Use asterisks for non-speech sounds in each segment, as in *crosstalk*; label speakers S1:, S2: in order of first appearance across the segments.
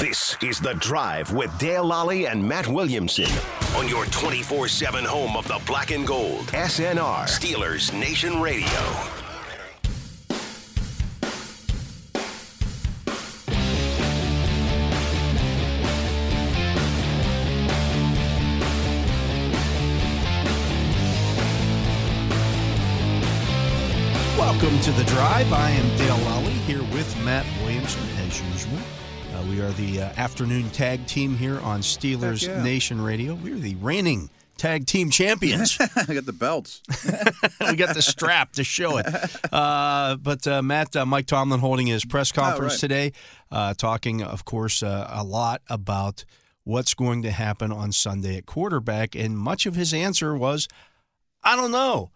S1: This is The Drive with Dale Lally and Matt Williamson on your 24 7 home of the black and gold. SNR, Steelers Nation Radio.
S2: Welcome to The Drive. I am Dale Lally here with Matt Williamson, as usual. Uh, we are the uh, afternoon tag team here on Steelers
S3: Heck yeah.
S2: Nation Radio. We are the reigning tag team
S3: *laughs*
S2: champions.
S3: I got the belts.
S2: *laughs* we got the strap to show it. Uh, but uh, Matt, uh, Mike Tomlin holding his press conference
S3: Oh, right.
S2: today, uh, talking, of course, uh, a lot about what's going to happen on Sunday at quarterback. And much of his answer was, I don't know.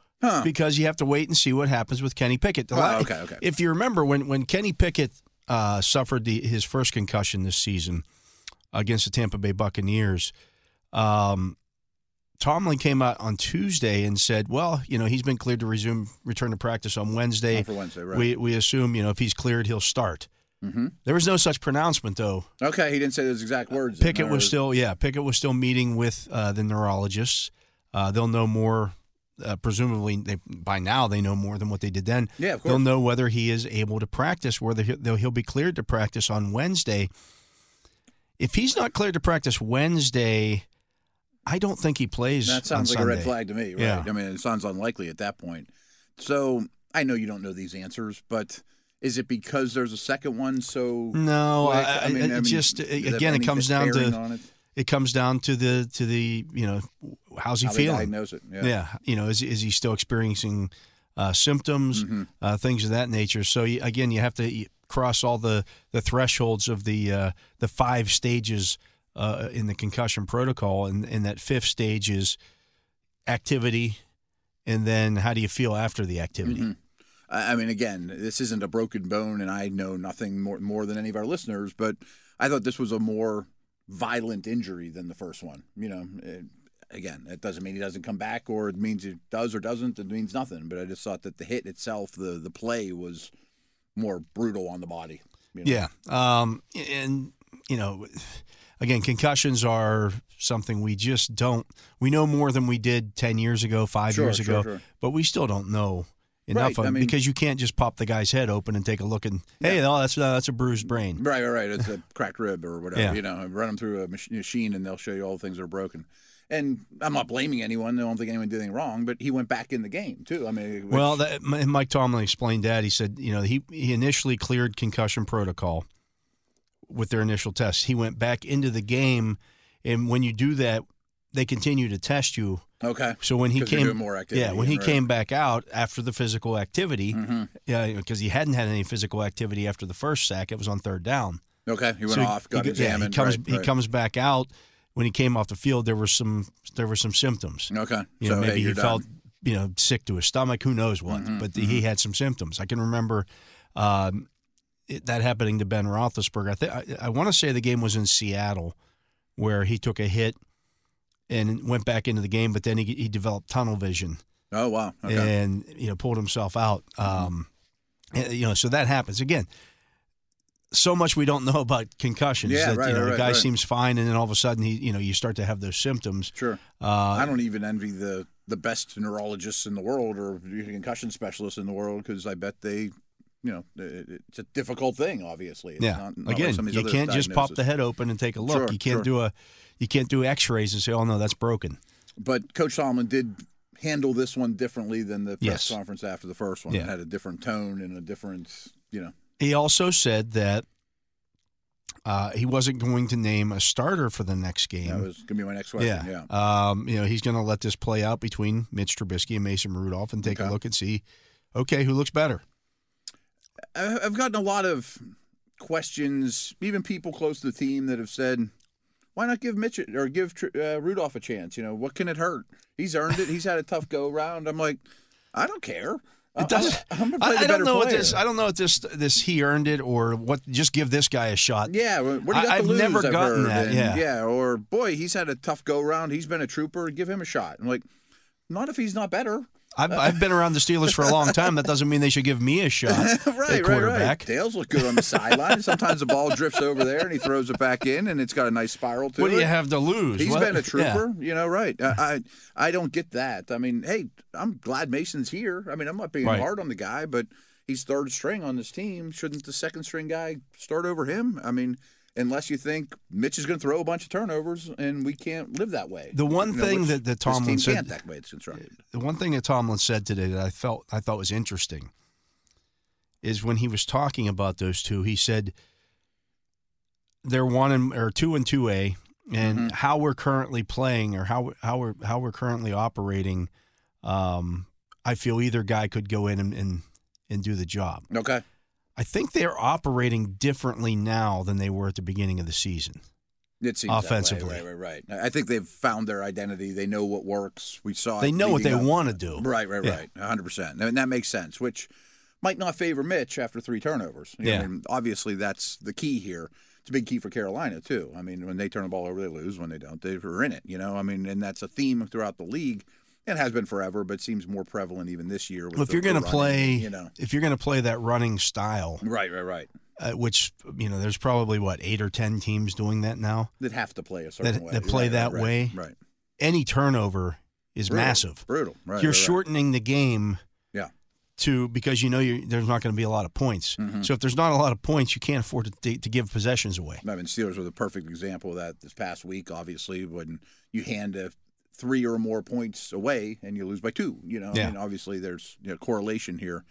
S2: Because you have to wait and see what happens with Kenny Pickett. The
S3: Oh,
S2: la-
S3: okay, okay.
S2: If you remember, when, when Kenny Pickett uh, suffered the, his first concussion this season against the Tampa Bay Buccaneers, um, Tomlin came out on Tuesday and said, "Well, you know, he's been cleared to resume return to practice on Wednesday.
S3: Oh, for Wednesday, right. Mm-hmm.
S2: We we assume, you know, if he's cleared, he'll start." There was no such pronouncement, though.
S3: Okay, he didn't say those exact words. in
S2: Pickett
S3: there.
S2: was still, yeah, Pickett was still meeting with uh, the neurologists. Uh, they'll know more. Uh, presumably, they, by now they know more than what they did then.
S3: Yeah, of
S2: They'll
S3: course.
S2: know whether he is able to practice, whether he'll, though he'll be cleared to practice on Wednesday. If he's not cleared to practice Wednesday, I don't think he plays.
S3: That
S2: on
S3: sounds like a red
S2: Sunday.
S3: flag to me, right?
S2: Yeah.
S3: I mean, it sounds unlikely at that point. So I know you don't know these answers, but is it because there's a second one? So
S2: No,
S3: quick?
S2: I- I- it just-
S3: does it have
S2: again, it
S3: any
S2: comes down to-
S3: bearing on it?
S2: It comes down to the to the you know how's he
S3: How they
S2: feeling?
S3: diagnose it. Yeah.
S2: Yeah. you know, is is he still experiencing uh, symptoms, uh, things of that nature? So you, again, you have to you cross all the the thresholds of the uh, the five stages uh, in the concussion protocol, and and that fifth stage is activity, and then how do you feel after the activity?
S3: I I mean, again, this isn't a broken bone, and I know nothing more more than any of our listeners. But I thought this was a more violent injury than the first one. You know, it, again, it doesn't mean he doesn't come back, or it means it does or doesn't. It means nothing. But I just thought that the hit itself, the the play, was more brutal on the body. You know?
S2: Yeah. Um, and, you know, again, concussions are something we just don't, we know more than we did 10 years ago, five
S3: Sure,
S2: years
S3: sure,
S2: ago,
S3: sure.
S2: but we still don't know enough
S3: Right,
S2: of
S3: I
S2: it
S3: mean-
S2: because you can't just pop the guy's head open and take a look and, hey, no, that's, uh, that's a bruised brain.
S3: Right, right, right. It's a *laughs* cracked rib or whatever.
S2: Yeah.
S3: You know, run them through a mach- machine and they'll show you all the things that are broken. And I'm not blaming anyone. I don't think anyone did anything wrong, but he went back in the game too. I mean, which-
S2: Well, that, M- Mike Tomlin explained that. He said, you know, he, he initially cleared concussion protocol with their initial tests. He went back into the game, and when you do that, they continue to test you
S3: okay.
S2: So when he
S3: 'Cause you're
S2: came,
S3: doing more activity
S2: yeah, when
S3: and
S2: he
S3: right. Mm-hmm.
S2: came back out after the physical activity, yeah, because he hadn't had any physical activity after the first sack. It was on third down.
S3: Okay, he went
S2: So
S3: off, got
S2: he, yeah,
S3: examined.
S2: he comes,
S3: right,
S2: he
S3: right.
S2: comes back out. When he came off the field, there were some, there were some symptoms.
S3: Okay,
S2: You
S3: so
S2: know,
S3: hey,
S2: maybe he
S3: you're
S2: felt,
S3: done. Mm-hmm,
S2: you know, sick to his stomach. Who knows what? but he had some symptoms. I can remember um, it, that happening to Ben Roethlisberger. I, th- I, I want to say the game was in Seattle, where he took a hit and went back into the game, but then he, he developed tunnel vision
S3: Oh wow. Okay. Mm-hmm.
S2: and you know pulled himself out. Um, and, you know, so that happens again. So much we don't know about concussions.
S3: Yeah,
S2: that,
S3: right,
S2: you know,
S3: right,
S2: a guy
S3: right.
S2: seems fine, and then all of a sudden he, you know, you start to have those symptoms.
S3: Sure.
S2: Uh,
S3: I don't even envy the the best neurologists in the world or concussion specialists in the world because I bet they you know, it, it- it's a difficult thing. Obviously, it's
S2: yeah.
S3: not- not like
S2: Again,
S3: some of these
S2: you
S3: other
S2: can't just pop the
S3: diagnoses.
S2: head open and take a look.
S3: Sure,
S2: you can't
S3: sure.
S2: do a, you can't do X-rays and say, oh no, that's broken.
S3: But Coach Solomon did handle this one differently than the
S2: Yes.
S3: press conference after the first one.
S2: Yeah.
S3: It had a different tone and a different, you know,
S2: He also said that uh, he wasn't going to name a starter for the next game.
S3: that was gonna be my next question. Yeah,
S2: Um, you know, he's going to let this play out between Mitch Trubisky and Mason Rudolph and take
S3: Okay.
S2: a look and see, okay, who looks better?
S3: I- I've gotten a lot of questions, even people close to the team that have said, "Why not give Mitch or give Tr- uh, Rudolph a chance? You know, what can it hurt? He's earned it. He's had a tough go round." I'm like, I don't care. I-
S2: It doesn't.
S3: I'm, I'm gonna play
S2: I,
S3: the
S2: I
S3: better
S2: don't know what
S3: player.
S2: this. I don't know what this. This he earned it or what? Just give this guy a shot.
S3: yeah, what do you
S2: I-
S3: got to
S2: I've
S3: lose?
S2: never
S3: I've
S2: gotten
S3: heard,
S2: that,
S3: and
S2: yeah.
S3: or boy, he's had a tough go round. He's been a trooper. Give him a shot. I'm like, not if he's not better. *laughs*
S2: I've, I've been around the Steelers for a long time. That doesn't mean they should give me a
S3: *laughs*
S2: shot.
S3: right,
S2: at
S3: right,
S2: quarterback.
S3: right. Dale's look good on the
S2: *laughs*
S3: sideline. Sometimes the ball drifts over there, and he throws it back in, and it's got a nice spiral to
S2: What do
S3: it.
S2: you have to lose?
S3: He's
S2: What-
S3: been
S2: *laughs*
S3: a
S2: yeah.
S3: trooper, you know, right? I, I I don't get that. I mean, hey, I'm glad Mason's here. I mean, I'm not being
S2: Right.
S3: hard on the guy, but he's third string on this team. Shouldn't the second string guy start over him? I mean, unless you think Mitch is going to throw a bunch of turnovers, and we can't live that way.
S2: The one
S3: You know,
S2: thing
S3: which
S2: that- Uh, that
S3: this
S2: Tomlin
S3: team
S2: said-
S3: can't that way it's constructed.
S2: the one thing that Tomlin said today that I felt I thought was interesting is when he was talking about those two, he said they're one and or two and two A, and
S3: Mm-hmm.
S2: how we're currently playing or how how we're how we're currently operating. Um, I feel either guy could go in and, and and do the job.
S3: Okay,
S2: I think they're operating differently now than they were at the beginning of the season.
S3: it seems that way.
S2: Offensively.
S3: right, right, right. I think they've found their identity. They know what works. We saw it
S2: They know what
S3: leading
S2: they
S3: up.
S2: want to do.
S3: Right, right,
S2: Yeah.
S3: right. 100%. And that makes sense, which might not favor Mitch after three turnovers. You know,
S2: Yeah.
S3: I mean, obviously, that's the key here. It's a big key for Carolina, too. I mean, when they turn the ball over, they lose. When they don't, they're in it, you know? I mean, and that's a theme throughout the league. It has been forever, but seems more prevalent even this year. With
S2: Well, if
S3: the-
S2: you're
S3: the
S2: going to
S3: running,
S2: play,
S3: you know.
S2: if you're going to play that running style,
S3: Right, right, right.
S2: uh, which you know there's probably what eight or ten teams doing that now.
S3: They'd have to play a certain
S2: That-
S3: way.
S2: that play
S3: Right,
S2: that
S3: right, right,
S2: way.
S3: Right.
S2: Any turnover is
S3: Brutal,
S2: massive.
S3: Brutal. Right.
S2: you're
S3: right, right.
S2: shortening the game.
S3: Yeah.
S2: To because you know you're, there's not going to be a lot of points.
S3: Mm-hmm.
S2: So if there's not a lot of points, you can't afford to, to, to give possessions away.
S3: I mean, Steelers were the perfect example of that this past week. Obviously, when you hand a three or more points away and you lose by two, you know,
S2: Yeah.
S3: I mean, obviously there's you know, correlation here.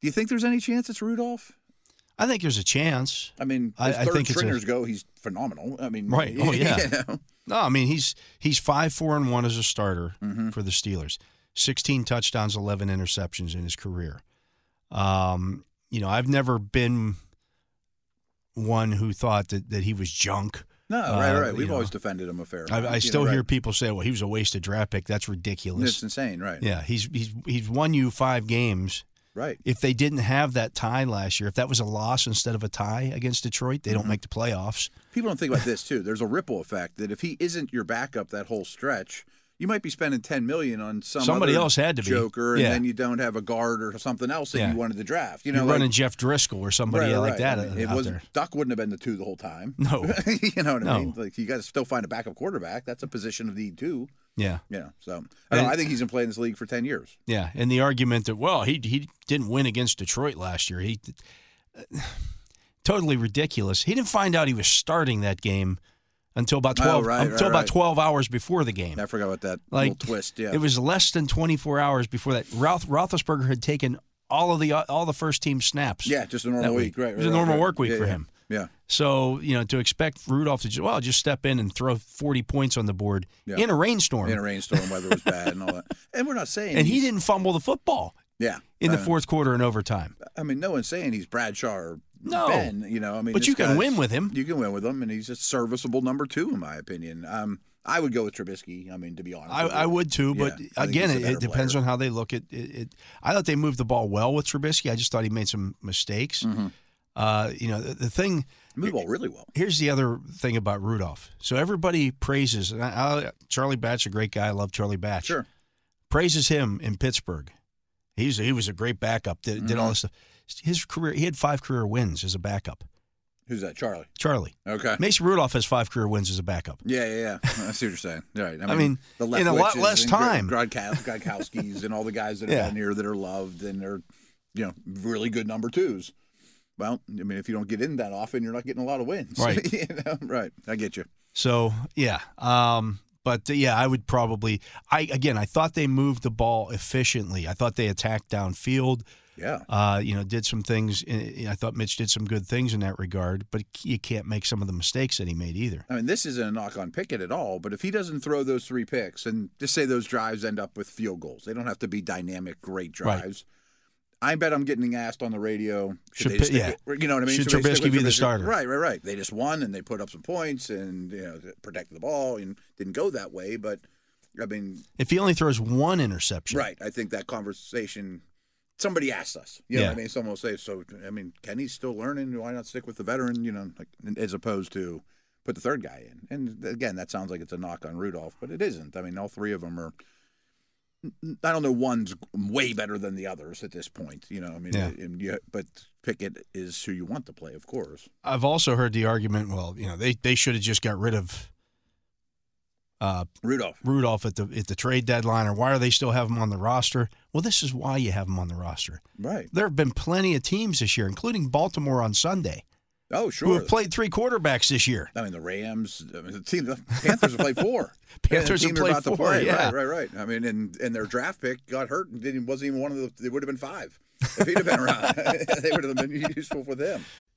S3: Do you think there's any chance it's Rudolph?
S2: I think there's a chance.
S3: I mean,
S2: I-
S3: as
S2: I
S3: third
S2: think it's a-
S3: stringers go, he's phenomenal. I mean,
S2: Right. Oh, yeah.
S3: *laughs* you know?
S2: No, I mean he's he's five four and one as a starter
S3: Mm-hmm.
S2: for the Steelers. Sixteen touchdowns, eleven interceptions in his career. Um, you know, I've never been one who thought that, that he was junk.
S3: No, right,
S2: Uh,
S3: right.
S2: you
S3: We've
S2: know.
S3: always defended him a fair. amount,
S2: I, I
S3: you
S2: still
S3: know,
S2: hear
S3: right.
S2: people say, "Well, he was a wasted draft pick." That's ridiculous.
S3: It's insane, right?
S2: yeah, he's he's he's won you five games.
S3: Right.
S2: If they didn't have that tie last year, if that was a loss instead of a tie against Detroit, they
S3: Mm-hmm.
S2: don't make the playoffs.
S3: People don't think about this too. There's a ripple effect that if he isn't your backup that whole stretch, you might be spending ten million on some
S2: Somebody
S3: other
S2: else had to be.
S3: joker, and
S2: Yeah.
S3: then you don't have a guard or something else that
S2: Yeah.
S3: you wanted to draft. You
S2: You
S3: know,
S2: are
S3: like-
S2: running Jeff Driscoll or somebody
S3: right, right,
S2: like
S3: right.
S2: that
S3: I mean, it
S2: out
S3: wasn't
S2: there.
S3: Duck wouldn't have been the two the whole time.
S2: No.
S3: *laughs* you know what I
S2: No.
S3: mean. Like you got to still find a backup quarterback. That's a position of need too.
S2: Yeah,
S3: You know, so I, don't know,
S2: And-
S3: I think he's been playing this league for ten years.
S2: yeah. And the argument that well, he he didn't win against Detroit last year. He *sighs* totally ridiculous. He didn't find out he was starting that game until about
S3: Oh,
S2: twelve
S3: right, right,
S2: until about
S3: right.
S2: twelve hours before the game.
S3: I forgot about that
S2: like
S3: little twist. Yeah,
S2: it was less than 24 hours before that. Roth, Roethlisberger had taken all of the all the first team snaps.
S3: yeah, just a normal
S2: that
S3: week. Right,
S2: it was a
S3: right,
S2: normal
S3: right.
S2: work week
S3: Yeah,
S2: for
S3: yeah.
S2: him.
S3: Yeah,
S2: So you know to expect Rudolph to just, well just step in and throw 40 points on the board
S3: Yeah.
S2: in a rainstorm,
S3: in a rainstorm, weather was bad and all that. And we're not saying
S2: and he
S3: he's-
S2: didn't fumble the football
S3: Yeah,
S2: in the
S3: Uh,
S2: fourth quarter and overtime.
S3: I mean, no one's saying he's Bradshaw or
S2: No.
S3: Ben. You know, I mean,
S2: But
S3: this
S2: you can
S3: guy's-
S2: win with him.
S3: You can win with him, and he's a serviceable number two, in my opinion. Um, I would go with Trubisky. I mean, to be honest,
S2: I,
S3: with you.
S2: I would too,
S3: Yeah, I
S2: but
S3: think
S2: again,
S3: he's a
S2: it,
S3: better
S2: it depends
S3: player.
S2: on how they look at it, it. I thought they moved the ball well with Trubisky. I just thought he made some mistakes.
S3: Mm-hmm.
S2: Uh, you know, the, the thing
S3: move the ball really well.
S2: here's the other thing about Rudolph. So everybody praises and I, I, Charlie Batch, a great guy. I love Charlie Batch.
S3: Sure.
S2: praises him in Pittsburgh. He's he was a great backup. Did, did all this stuff. His career, he had five career wins as a backup.
S3: Who's that? Charlie.
S2: Charlie
S3: Okay.
S2: Mason Rudolph has five career wins as a backup.
S3: Yeah, yeah, yeah. I see what you're saying. All right.
S2: I mean, in a lot
S3: Leftwiches
S2: less
S3: and Gro-
S2: time.
S3: Grodka- Grodkowski's and all the guys that
S2: *laughs*
S3: are
S2: Yeah.
S3: down here that are loved and are you know, really good number twos. Well, I mean, if you don't get in that often, you're not getting a lot of wins.
S2: Right.
S3: *laughs* You know? Right. I get you.
S2: So yeah, um, but uh, yeah, I would probably. I again, I thought they moved the ball efficiently. I thought they attacked downfield.
S3: Yeah.
S2: Uh, you know, did some things. in- I thought Mitch did some good things in that regard, but you can't make some of the mistakes that he made either.
S3: I mean, this isn't a knock on Pickett at all, but if he doesn't throw those three picks and just say those drives end up with field goals, they don't have to be dynamic, great
S2: Right.
S3: drives. I bet I'm getting asked on the radio.
S2: Should
S3: they just
S2: Pi-
S3: stick with- you know what I mean?
S2: Should
S3: they stick
S2: Trubisky
S3: with
S2: be the starter?
S3: Right, right, right. They just won and they put up some points and you know protected the ball and didn't go that way. But I mean,
S2: If he only throws one interception,
S3: right? I think that conversation. Somebody asked us. You know
S2: Yeah.
S3: what I mean? Someone will say, so, I mean, Kenny's still learning. Why not stick with the veteran, you know, like, as opposed to put the third guy in? And again, that sounds like it's a knock on Rudolph, but it isn't. I mean, all three of them are, I don't know, one's way better than the others at this point, you know. I mean,
S2: Yeah.
S3: and you, but Pickett is who you want to play, of course.
S2: I've also heard the argument. Well, you know, they they should have just got rid of uh,
S3: Rudolph.
S2: Rudolph at the at the trade deadline, or why are they still have him on the roster? Well, this is why you have him on the roster.
S3: Right.
S2: There have been plenty of teams this year, including Baltimore on Sunday,
S3: Oh,
S2: who
S3: sure.
S2: have played three quarterbacks this year.
S3: I mean, the Rams, I mean, the team, the Panthers have played four.
S2: *laughs* Panthers
S3: the
S2: have
S3: team they're
S2: played
S3: about
S2: four,
S3: To play.
S2: yeah.
S3: Right, right, right. I mean, and and their draft pick got hurt and didn't wasn't even one of the. They would have been five if he'd have
S2: *laughs*
S3: been around. *laughs* they would have been useful for them.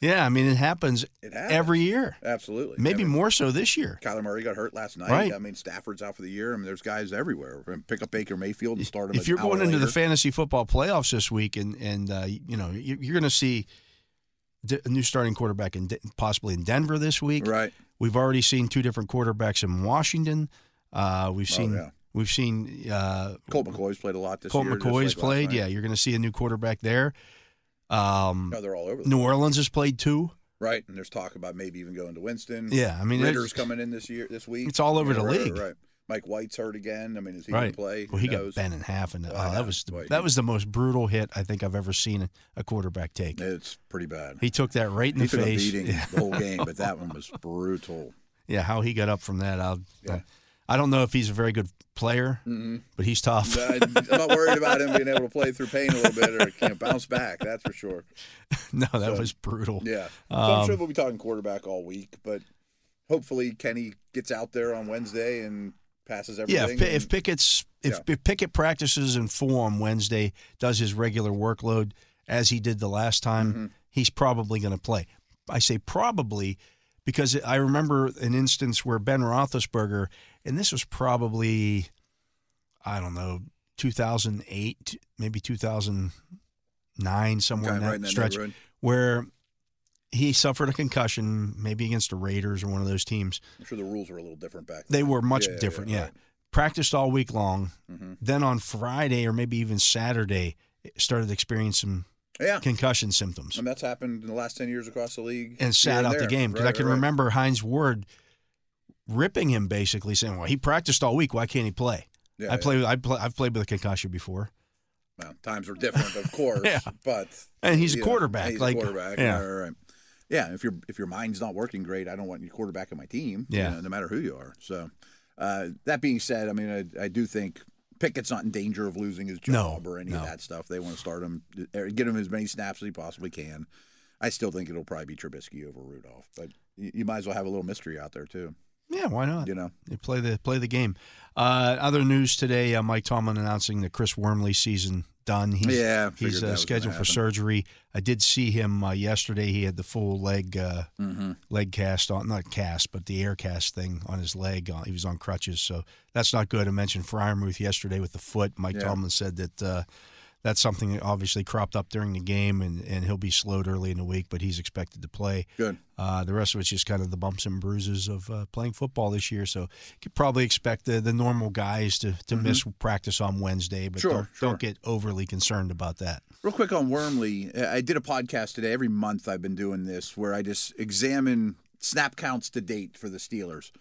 S2: Yeah, I mean it happens,
S3: It happens.
S2: every year.
S3: Absolutely.
S2: Maybe
S3: I mean,
S2: more so this year.
S3: Kyler Murray got hurt last night.
S2: Right.
S3: I mean, Stafford's out for the year. I mean, there's guys everywhere. I mean, Pick up Baker Mayfield and start him.
S2: If
S3: an
S2: you're
S3: hour
S2: going into the
S3: later.
S2: fantasy football playoffs this week, and and uh, you know you- you're going to see d- a new starting quarterback in De- possibly in Denver this week.
S3: right?
S2: We've already seen two different quarterbacks in Washington. Uh, we've
S3: Oh,
S2: seen
S3: yeah.
S2: we've seen uh,
S3: Colt McCoy's played a lot this
S2: Colt
S3: year. just
S2: McCoy's
S3: like last
S2: played.
S3: night.
S2: Yeah, you're going to see a new quarterback there. Um,
S3: No, Oh, they're all over. The
S2: New Orleans has played two.
S3: right? And there's talk about maybe even going to Winston.
S2: Yeah, I mean,
S3: Ritter's
S2: there's
S3: coming in this year, this week.
S2: It's all over the
S3: right,
S2: league.
S3: Right, right. Mike White's hurt again. I mean, is he going
S2: right.
S3: to play?
S2: Well, he
S3: Who
S2: got
S3: knows?
S2: bent in half, and
S3: Oh,
S2: oh,
S3: I know.
S2: that was the,
S3: Boy,
S2: that
S3: he-
S2: was the most brutal hit I think I've ever seen a quarterback take.
S3: It's pretty bad.
S2: He took that right in
S3: he
S2: the
S3: took
S2: face.
S3: a beating
S2: Yeah.
S3: the whole game, but that one
S2: *laughs*
S3: was brutal.
S2: Yeah, how he got up from that, I'll, I don't know if he's a very good player, but he's tough.
S3: I- I'm not worried about him being able to play through pain a little bit or can bounce back. That's for sure.
S2: *laughs* no, that was brutal.
S3: Yeah. So
S2: Um,
S3: I'm sure we'll be talking quarterback all week, but hopefully Kenny gets out there on Wednesday and passes
S2: Yeah, if,
S3: everything.
S2: Pi- if Pickett's if,
S3: Yeah.
S2: if Pickett practices in full on Wednesday, does his regular workload as he did the last time,
S3: Mm-hmm.
S2: he's probably going to play. I say probably because I remember an instance where Ben Roethlisberger, and this was probably, I don't know, 2008, maybe 2009, somewhere
S3: Okay,
S2: in that
S3: right in that
S2: stretch,
S3: neighborhood.
S2: where he suffered a concussion, maybe against the Raiders or one of those teams.
S3: I'm sure the rules were a little different back then.
S2: They were much
S3: Yeah, yeah,
S2: different.
S3: yeah,
S2: Yeah,
S3: right.
S2: practiced all week long.
S3: Mhm.
S2: Then on Friday or maybe even Saturday, it started experiencing
S3: Yeah.
S2: concussion symptoms
S3: And that's happened in the last 10 years across the league. here
S2: and sat out the
S3: there.
S2: game. Because
S3: Right,
S2: I can
S3: right, right.
S2: remember Heinz Ward ripping him basically, saying, "Well, he practiced all week. Why can't he play?"
S3: Yeah,
S2: I
S3: yeah.
S2: play. I play, I've played with a concussion before,
S3: Well, times were different, of course.
S2: *laughs* Yeah.
S3: But
S2: and he's a
S3: you know,
S2: quarterback.
S3: he's
S2: like
S3: a quarterback.
S2: yeah.
S3: Right, right, right. Yeah, if your if your mind's not working great, I don't want you quarterback on my team. you
S2: Yeah.
S3: know, no matter who you are. So uh, that being said, I mean, I, I do think Pickett's not in danger of losing his job or any of that stuff. They want to start him, er, get him as many snaps as he possibly can. I still think it'll probably be Trubisky over Rudolph, but you, you might as well have a little mystery out there too.
S2: Yeah, why not?
S3: You know,
S2: They play the play the game. Uh, other news today: uh, Mike Tomlin announcing that Chris Wormley season done. He's,
S3: Yeah, I figured
S2: he's
S3: that
S2: uh,
S3: was gonna
S2: scheduled for
S3: happen.
S2: surgery. I did see him uh, yesterday. He had the full leg uh,
S3: Mm-hmm.
S2: leg cast on, not cast, but the air cast thing on his leg. On, he was on crutches, so that's not good. I mentioned Fryermuth yesterday with the foot. Mike
S3: Yeah.
S2: Tomlin said that. Uh, that's something that obviously cropped up during the game, and, and he'll be slowed early in the week, but he's expected to play.
S3: good.
S2: Uh, the rest of it's just kind of the bumps and bruises of uh, playing football this year. So you could probably expect the, the normal guys to, to miss practice on Wednesday, but
S3: Mm-hmm. Sure,
S2: don't,
S3: sure.
S2: don't get overly concerned about that.
S3: Real quick on Wormley, uh, I did a podcast today. Every month I've been doing this where I just examine snap counts to date for the Steelers.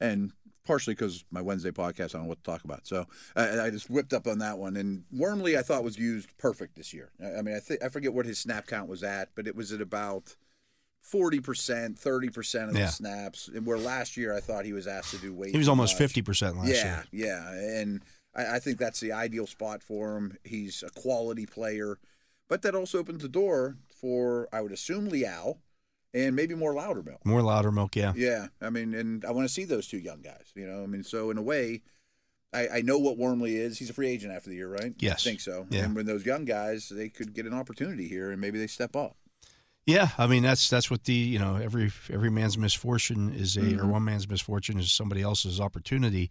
S3: And partially because my Wednesday podcast, I don't know what to talk about. So I, I just whipped up on that one. And Wormley, I thought, was used perfect this year. I, I mean, I, th- I forget what his snap count was at, but it was at about 40%, 30% of the
S2: Yeah.
S3: snaps. And where last year I thought he was asked to do way
S2: He was
S3: too
S2: almost
S3: much
S2: fifty percent last
S3: yeah,
S2: year.
S3: Yeah, and I, I think that's the ideal spot for him. He's a quality player, but that also opens the door for I would assume Liao and maybe more Loudermill.
S2: More louder milk, yeah.
S3: Yeah, I mean, and I want to see those two young guys. You know, I mean, so in a way, I, I know what Wormley is. He's a free agent after the year, right?
S2: Yes.
S3: I think so.
S2: Yeah.
S3: And when those young guys, they could get an opportunity here, and maybe they step up.
S2: Yeah, I mean that's that's what the you know every every man's misfortune is a
S3: Mm-hmm.
S2: or one man's misfortune is somebody else's opportunity,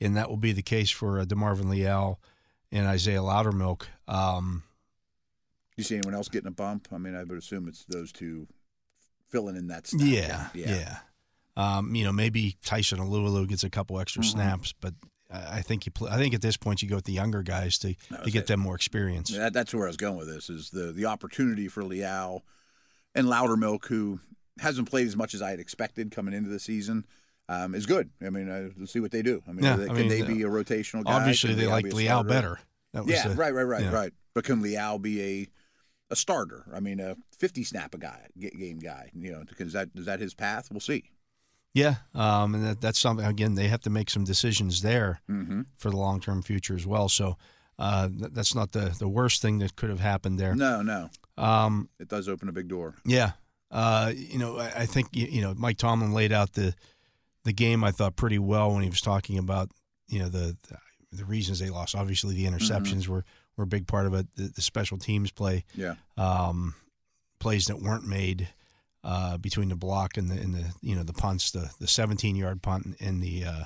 S2: and that will be the case for uh, Demarvin Leal and Isaiah Loudermilk. Um,
S3: You see anyone else getting a bump? I mean, I would assume it's those two filling in that. snap
S2: Yeah,
S3: count.
S2: yeah. Um, you know, maybe Tyson Alualu gets a couple extra
S3: Mhm.
S2: snaps, but I I think you. Play, I think at this point you go with the younger guys to, to
S3: was
S2: get
S3: it.
S2: them more experience.
S3: That, that's where I was going with this is the the opportunity for Liao and Loudermilk, who hasn't played as much as I had expected coming into the season, um, is good. I mean, uh, let's see what they do. I mean,
S2: Yeah,
S3: are they-
S2: I
S3: can
S2: mean,
S3: they
S2: uh,
S3: be a rotational guy?
S2: Obviously,
S3: Can
S2: they like
S3: be a
S2: Leal
S3: starter?
S2: better. That was
S3: yeah,
S2: the-
S3: right, right, right,
S2: yeah.
S3: right. But can Liao be a a starter? I mean, a fifty snap a guy, g- game guy. You know, because that is that his path. We'll see.
S2: Yeah, um, and that, that's something. Again, they have to make some decisions there
S3: Mm-hmm.
S2: for the long term future as well. So uh, th- that's not the the worst thing that could have happened there.
S3: No, no,
S2: Um,
S3: it does open a big door.
S2: Yeah. Uh, you know, I, I think you, you know Mike Tomlin laid out the the game I thought pretty well when he was talking about you know the the, the reasons they lost. Obviously, the interceptions were were a big part of it. The, the special teams play,
S3: Yeah,
S2: um, plays that weren't made uh, between the block and the and the you know the punts, the the 17 yard punt and the uh,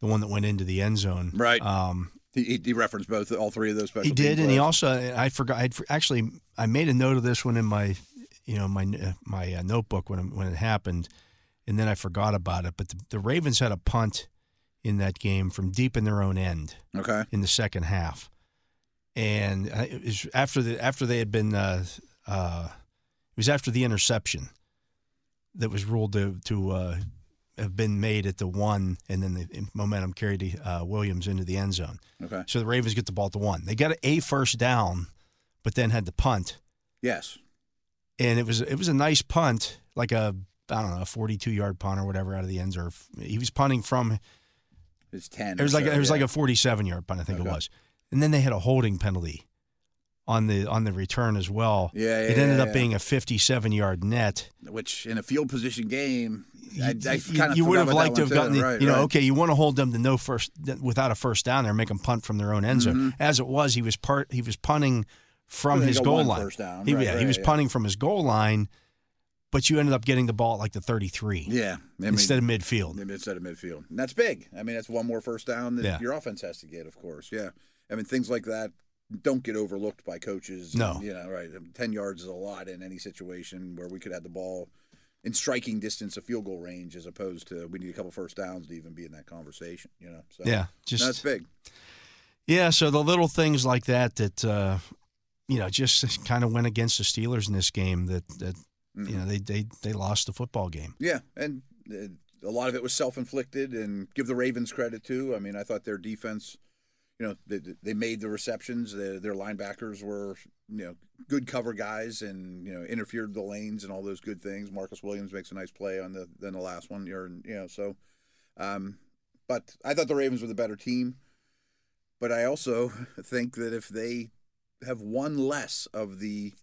S2: the one that went into the end zone.
S3: Right.
S2: Um,
S3: he, he- he referenced both all three of those special.
S2: he did,
S3: team
S2: and he
S3: plays.
S2: also and I forgot. I'd, for- actually, I made a note of this one in my, you know, my uh, my uh, notebook when it- when it happened, and then I forgot about it. But the, the Ravens had a punt in that game from deep in their own end
S3: okay.
S2: in the second half, and I- it was after the after they had been, uh, uh, it was after the interception that was ruled to to uh, have been made at the one, and then the momentum carried uh, Williams into the end zone.
S3: Okay.
S2: So the Ravens get the ball at the one. They got a first down, but then had to punt,
S3: Yes.
S2: and it was it was a nice punt, like a I don't know, a forty-two yard punt or whatever out of the end zone. He was punting from
S3: It's ten.
S2: it was
S3: or
S2: like
S3: so,
S2: it was
S3: yeah.
S2: like a forty-seven yard punt, I think
S3: Okay.
S2: it was, and then they had a holding penalty on the on the return as well.
S3: Yeah, yeah,
S2: it ended
S3: yeah,
S2: up
S3: yeah.
S2: being a fifty-seven yard net.
S3: which in a field position game, I, I
S2: You-
S3: kind
S2: you-
S3: of
S2: you would
S3: forgot
S2: have
S3: about
S2: liked to
S3: that
S2: have
S3: one
S2: gotten
S3: too.
S2: the,
S3: right,
S2: you know
S3: right.
S2: okay you want to hold them to no first that- without a first down there make them punt from their own end zone as it was he was part he was punting from
S3: Mm-hmm. They
S2: his
S3: got
S2: goal
S3: one
S2: line
S3: first down,
S2: he,
S3: right,
S2: yeah, he
S3: right,
S2: was
S3: yeah.
S2: punting from his goal line but you ended up getting the ball at like the 33
S3: Yeah, I mean,
S2: instead of midfield
S3: instead of midfield, and that's big. I mean, that's one more first down that
S2: Yeah.
S3: your offense has to get, of course. Yeah, I mean, things like that don't get overlooked by coaches.
S2: No.
S3: and, you know, right? I mean, Ten yards is a lot in any situation where we could have the ball in striking distance of field goal range, as opposed to we need a couple first downs to even be in that conversation. You know, so
S2: yeah just
S3: No, that's big.
S2: yeah so the little things like that that uh you know just kind of went against the Steelers in this game that that
S3: Mm-hmm.
S2: you know they they they lost the football game
S3: Yeah, and uh, a lot of it was self-inflicted. And give the Ravens credit too. I mean, I thought their defense, you know, they, they made the receptions. Their their linebackers were, you know, good cover guys, and you know, interfered the lanes and all those good things. Marcus Williams makes a nice play on the than the last one. You're, you know, so. Um, but I thought the Ravens were the better team. But I also think that if they have one less of the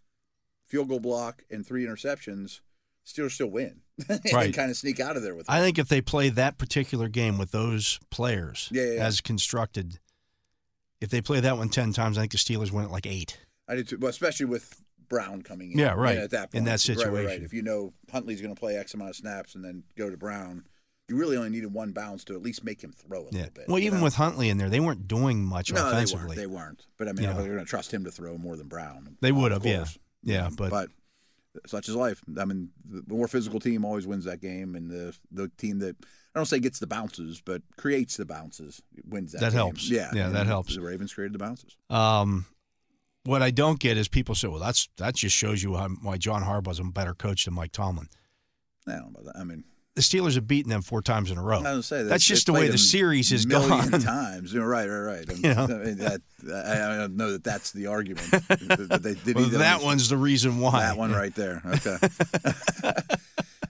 S3: field goal block and three interceptions, Steelers still win *laughs*
S2: Right.
S3: and kind of sneak out of there with.
S2: I think if they play that particular game with those players
S3: Yeah, yeah, yeah.
S2: as constructed, if they play that one 10 times, I think the Steelers win it like eight.
S3: I did too, well, especially with Brown coming in.
S2: Yeah, right.
S3: At that point,
S2: In that
S3: Right, right, right.
S2: situation.
S3: If you know Huntley's going to play X amount of snaps and then go to Brown, you really only needed one bounce to at least make him throw a
S2: Yeah.
S3: little bit.
S2: Well,
S3: you
S2: even
S3: know?
S2: with Huntley in there, they weren't doing much
S3: no, they
S2: offensively.
S3: weren't. They weren't. But I mean,
S2: Yeah.
S3: they're going to trust him to throw more than Brown.
S2: They would
S3: Of
S2: have, yeah.
S3: course.
S2: Yeah, but,
S3: but such is life. I mean, the more physical team always wins that game, and the the team that I don't say gets the bounces, but creates the bounces wins that.
S2: That
S3: game.
S2: helps.
S3: Yeah,
S2: Yeah,
S3: and
S2: that helps.
S3: The Ravens created the bounces.
S2: um, what I don't get is people say, well, that's that just shows you how, why John Harbaugh's a better coach than Mike Tomlin.
S3: I don't know about that. I mean,
S2: The Steelers have beaten them four times in a row.
S3: I was gonna say,
S2: that's
S3: they-
S2: just
S3: they
S2: the way
S3: played
S2: the
S3: them
S2: series has *laughs*
S3: million
S2: gone.
S3: *laughs* times. You're
S2: *laughs*
S3: right, right, right. I'm-
S2: You know?
S3: I, mean, that, I, I don't know that that's
S2: *laughs*
S3: the argument. that they did
S2: Well,
S3: either.
S2: that one's the reason why.
S3: That one right there.
S2: *laughs*
S3: Okay.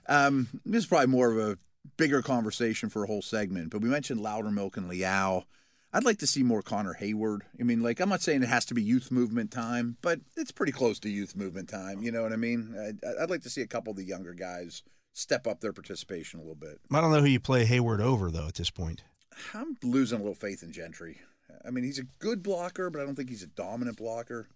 S3: um, this is probably more of a bigger conversation for a whole segment, but we mentioned Loudermilk and Liao. I'd like to see more Connor Hayward. I mean, like, I'm not saying it has to be youth movement time, but it's pretty close to youth movement time. You know what I mean? I'd, I'd like to see a couple of the younger guys step up their participation a little bit.
S2: I don't know who you play Hayward over though at this point.
S3: I'm losing a little faith in Gentry. I mean, he's a good blocker, but I don't think he's a dominant blocker.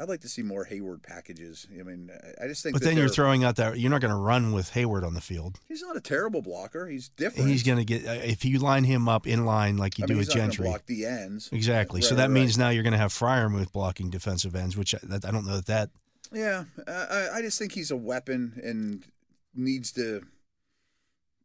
S3: I'd like to see more Hayward packages. I mean, I- I just think.
S2: But
S3: that
S2: then you're
S3: they're-
S2: throwing out that you're not going to run with Hayward on the field.
S3: He's not a terrible blocker. He's different.
S2: He's going to get uh, if you line him up in line like you
S3: I
S2: do
S3: mean,
S2: with
S3: he's not gonna
S2: Gentry.
S3: block the ends.
S2: Exactly. so
S3: Right,
S2: that
S3: right,
S2: means now you're going to have Fryermuth blocking defensive ends, which I, that, I don't know that that.
S3: Yeah, I, I- I just think he's a weapon and needs to.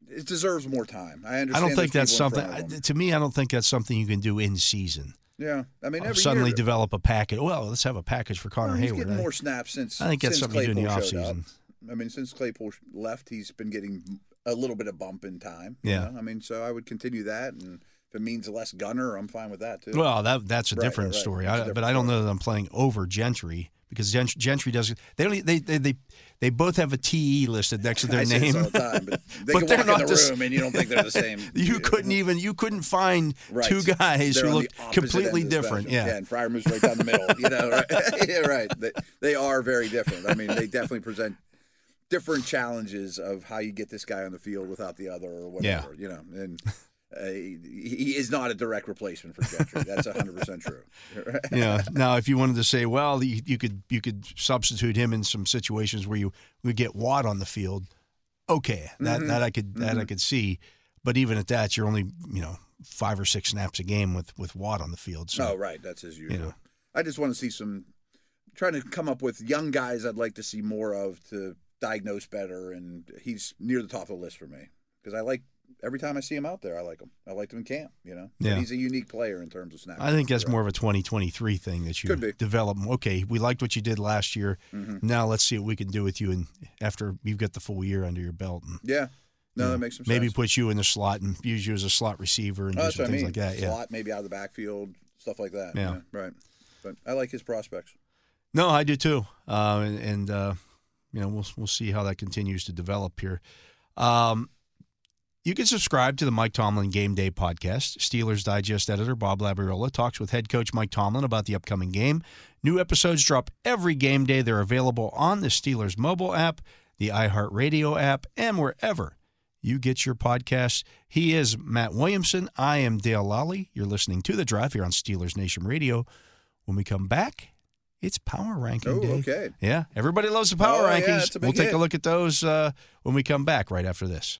S3: It deserves more time. I
S2: I
S3: understand.
S2: don't think that's
S3: there's people in
S2: something.
S3: front of him.
S2: I- to me, I don't think that's something you can do in season.
S3: yeah, I mean,
S2: Uh,
S3: every
S2: suddenly
S3: year,
S2: develop a package. Well, let's have a package for Connor
S3: Well, he's
S2: Hayward.
S3: getting
S2: I-
S3: more snaps since
S2: I think that's
S3: since
S2: something you do in the
S3: Claypool showed up.
S2: offseason.
S3: I mean, since Claypool sh- left, he's been getting a little bit of bump in time. you
S2: Yeah.
S3: know? I mean, so I would continue that, and if it means less gunner, I'm fine with that too.
S2: Well, that that's a
S3: Right,
S2: different
S3: right, right.
S2: story.
S3: That's a
S2: I, but
S3: different
S2: I don't know that I'm playing over Gentry because Gent- Gentry doesn't. They don't. They they they, they both have a TE listed next to their
S3: *laughs* I say
S2: name.
S3: this all the time, but they
S2: But
S3: can
S2: they're
S3: walk
S2: not
S3: in the
S2: the s-
S3: room and you don't think they're the same.
S2: *laughs* you couldn't even you couldn't find
S3: Right.
S2: two guys
S3: They're
S2: who
S3: on the
S2: looked
S3: opposite
S2: completely
S3: end of the
S2: different.
S3: spectrum.
S2: Yeah.
S3: and Fryer moves right down the middle. You know, right? *laughs* yeah, right. They, they are very different. I mean, they definitely present different challenges of how you get this guy on the field without the other or whatever. You know, and uh, he, he is not a direct replacement for Gentry. That's hundred percent true.
S2: you know, now if you wanted to say, well, you, you could you could substitute him in some situations where you would get Watt on the field. Okay, that
S3: Mhm.
S2: that I could that I
S3: Mhm.
S2: could see, but even at that, you're only you know five or six snaps a game with with Watt on the field. So
S3: oh, right. That's as usual.
S2: you know,
S3: I just want to see some trying to come up with young guys I'd like to see more of to diagnose better and he's near the top of the list for me because I like every time I see him out there I like him. I liked him in camp, you know. And
S2: Yeah.
S3: he's a unique player in terms of snaps.
S2: I think that's more of a 2023 thing that you
S3: Could be.
S2: develop. Okay, we liked what you did last year.
S3: Mhm.
S2: Now let's see what we can do with you, and after you've got the full year under your belt, and
S3: Yeah. No,
S2: you know,
S3: that makes some
S2: maybe
S3: sense.
S2: put you in the slot and use you as a slot receiver and do
S3: Oh, that's
S2: some
S3: what I
S2: things
S3: mean.
S2: like that. Yeah.
S3: Slot maybe out of the backfield, stuff like that.
S2: Yeah.
S3: Right. But I like his prospects.
S2: No, I do too, uh, and, and uh, you know we'll we'll see how that continues to develop here. Um, you can subscribe to the Mike Tomlin Game Day podcast. Steelers Digest editor Bob Labriola talks with head coach Mike Tomlin about the upcoming game. New episodes drop every game day. They're available on the Steelers mobile app, the iHeartRadio app, and wherever you get your podcasts. He is Matt Williamson. I am Dale Lally. You're listening to The Drive here on Steelers Nation Radio. When we come back, it's Power Ranking
S3: Oh,
S2: Day.
S3: okay.
S2: Yeah, everybody loves the Power
S3: Oh, yeah,
S2: Rankings.
S3: it's a big
S2: we'll take
S3: hit.
S2: a look at those uh, when we come back right after this.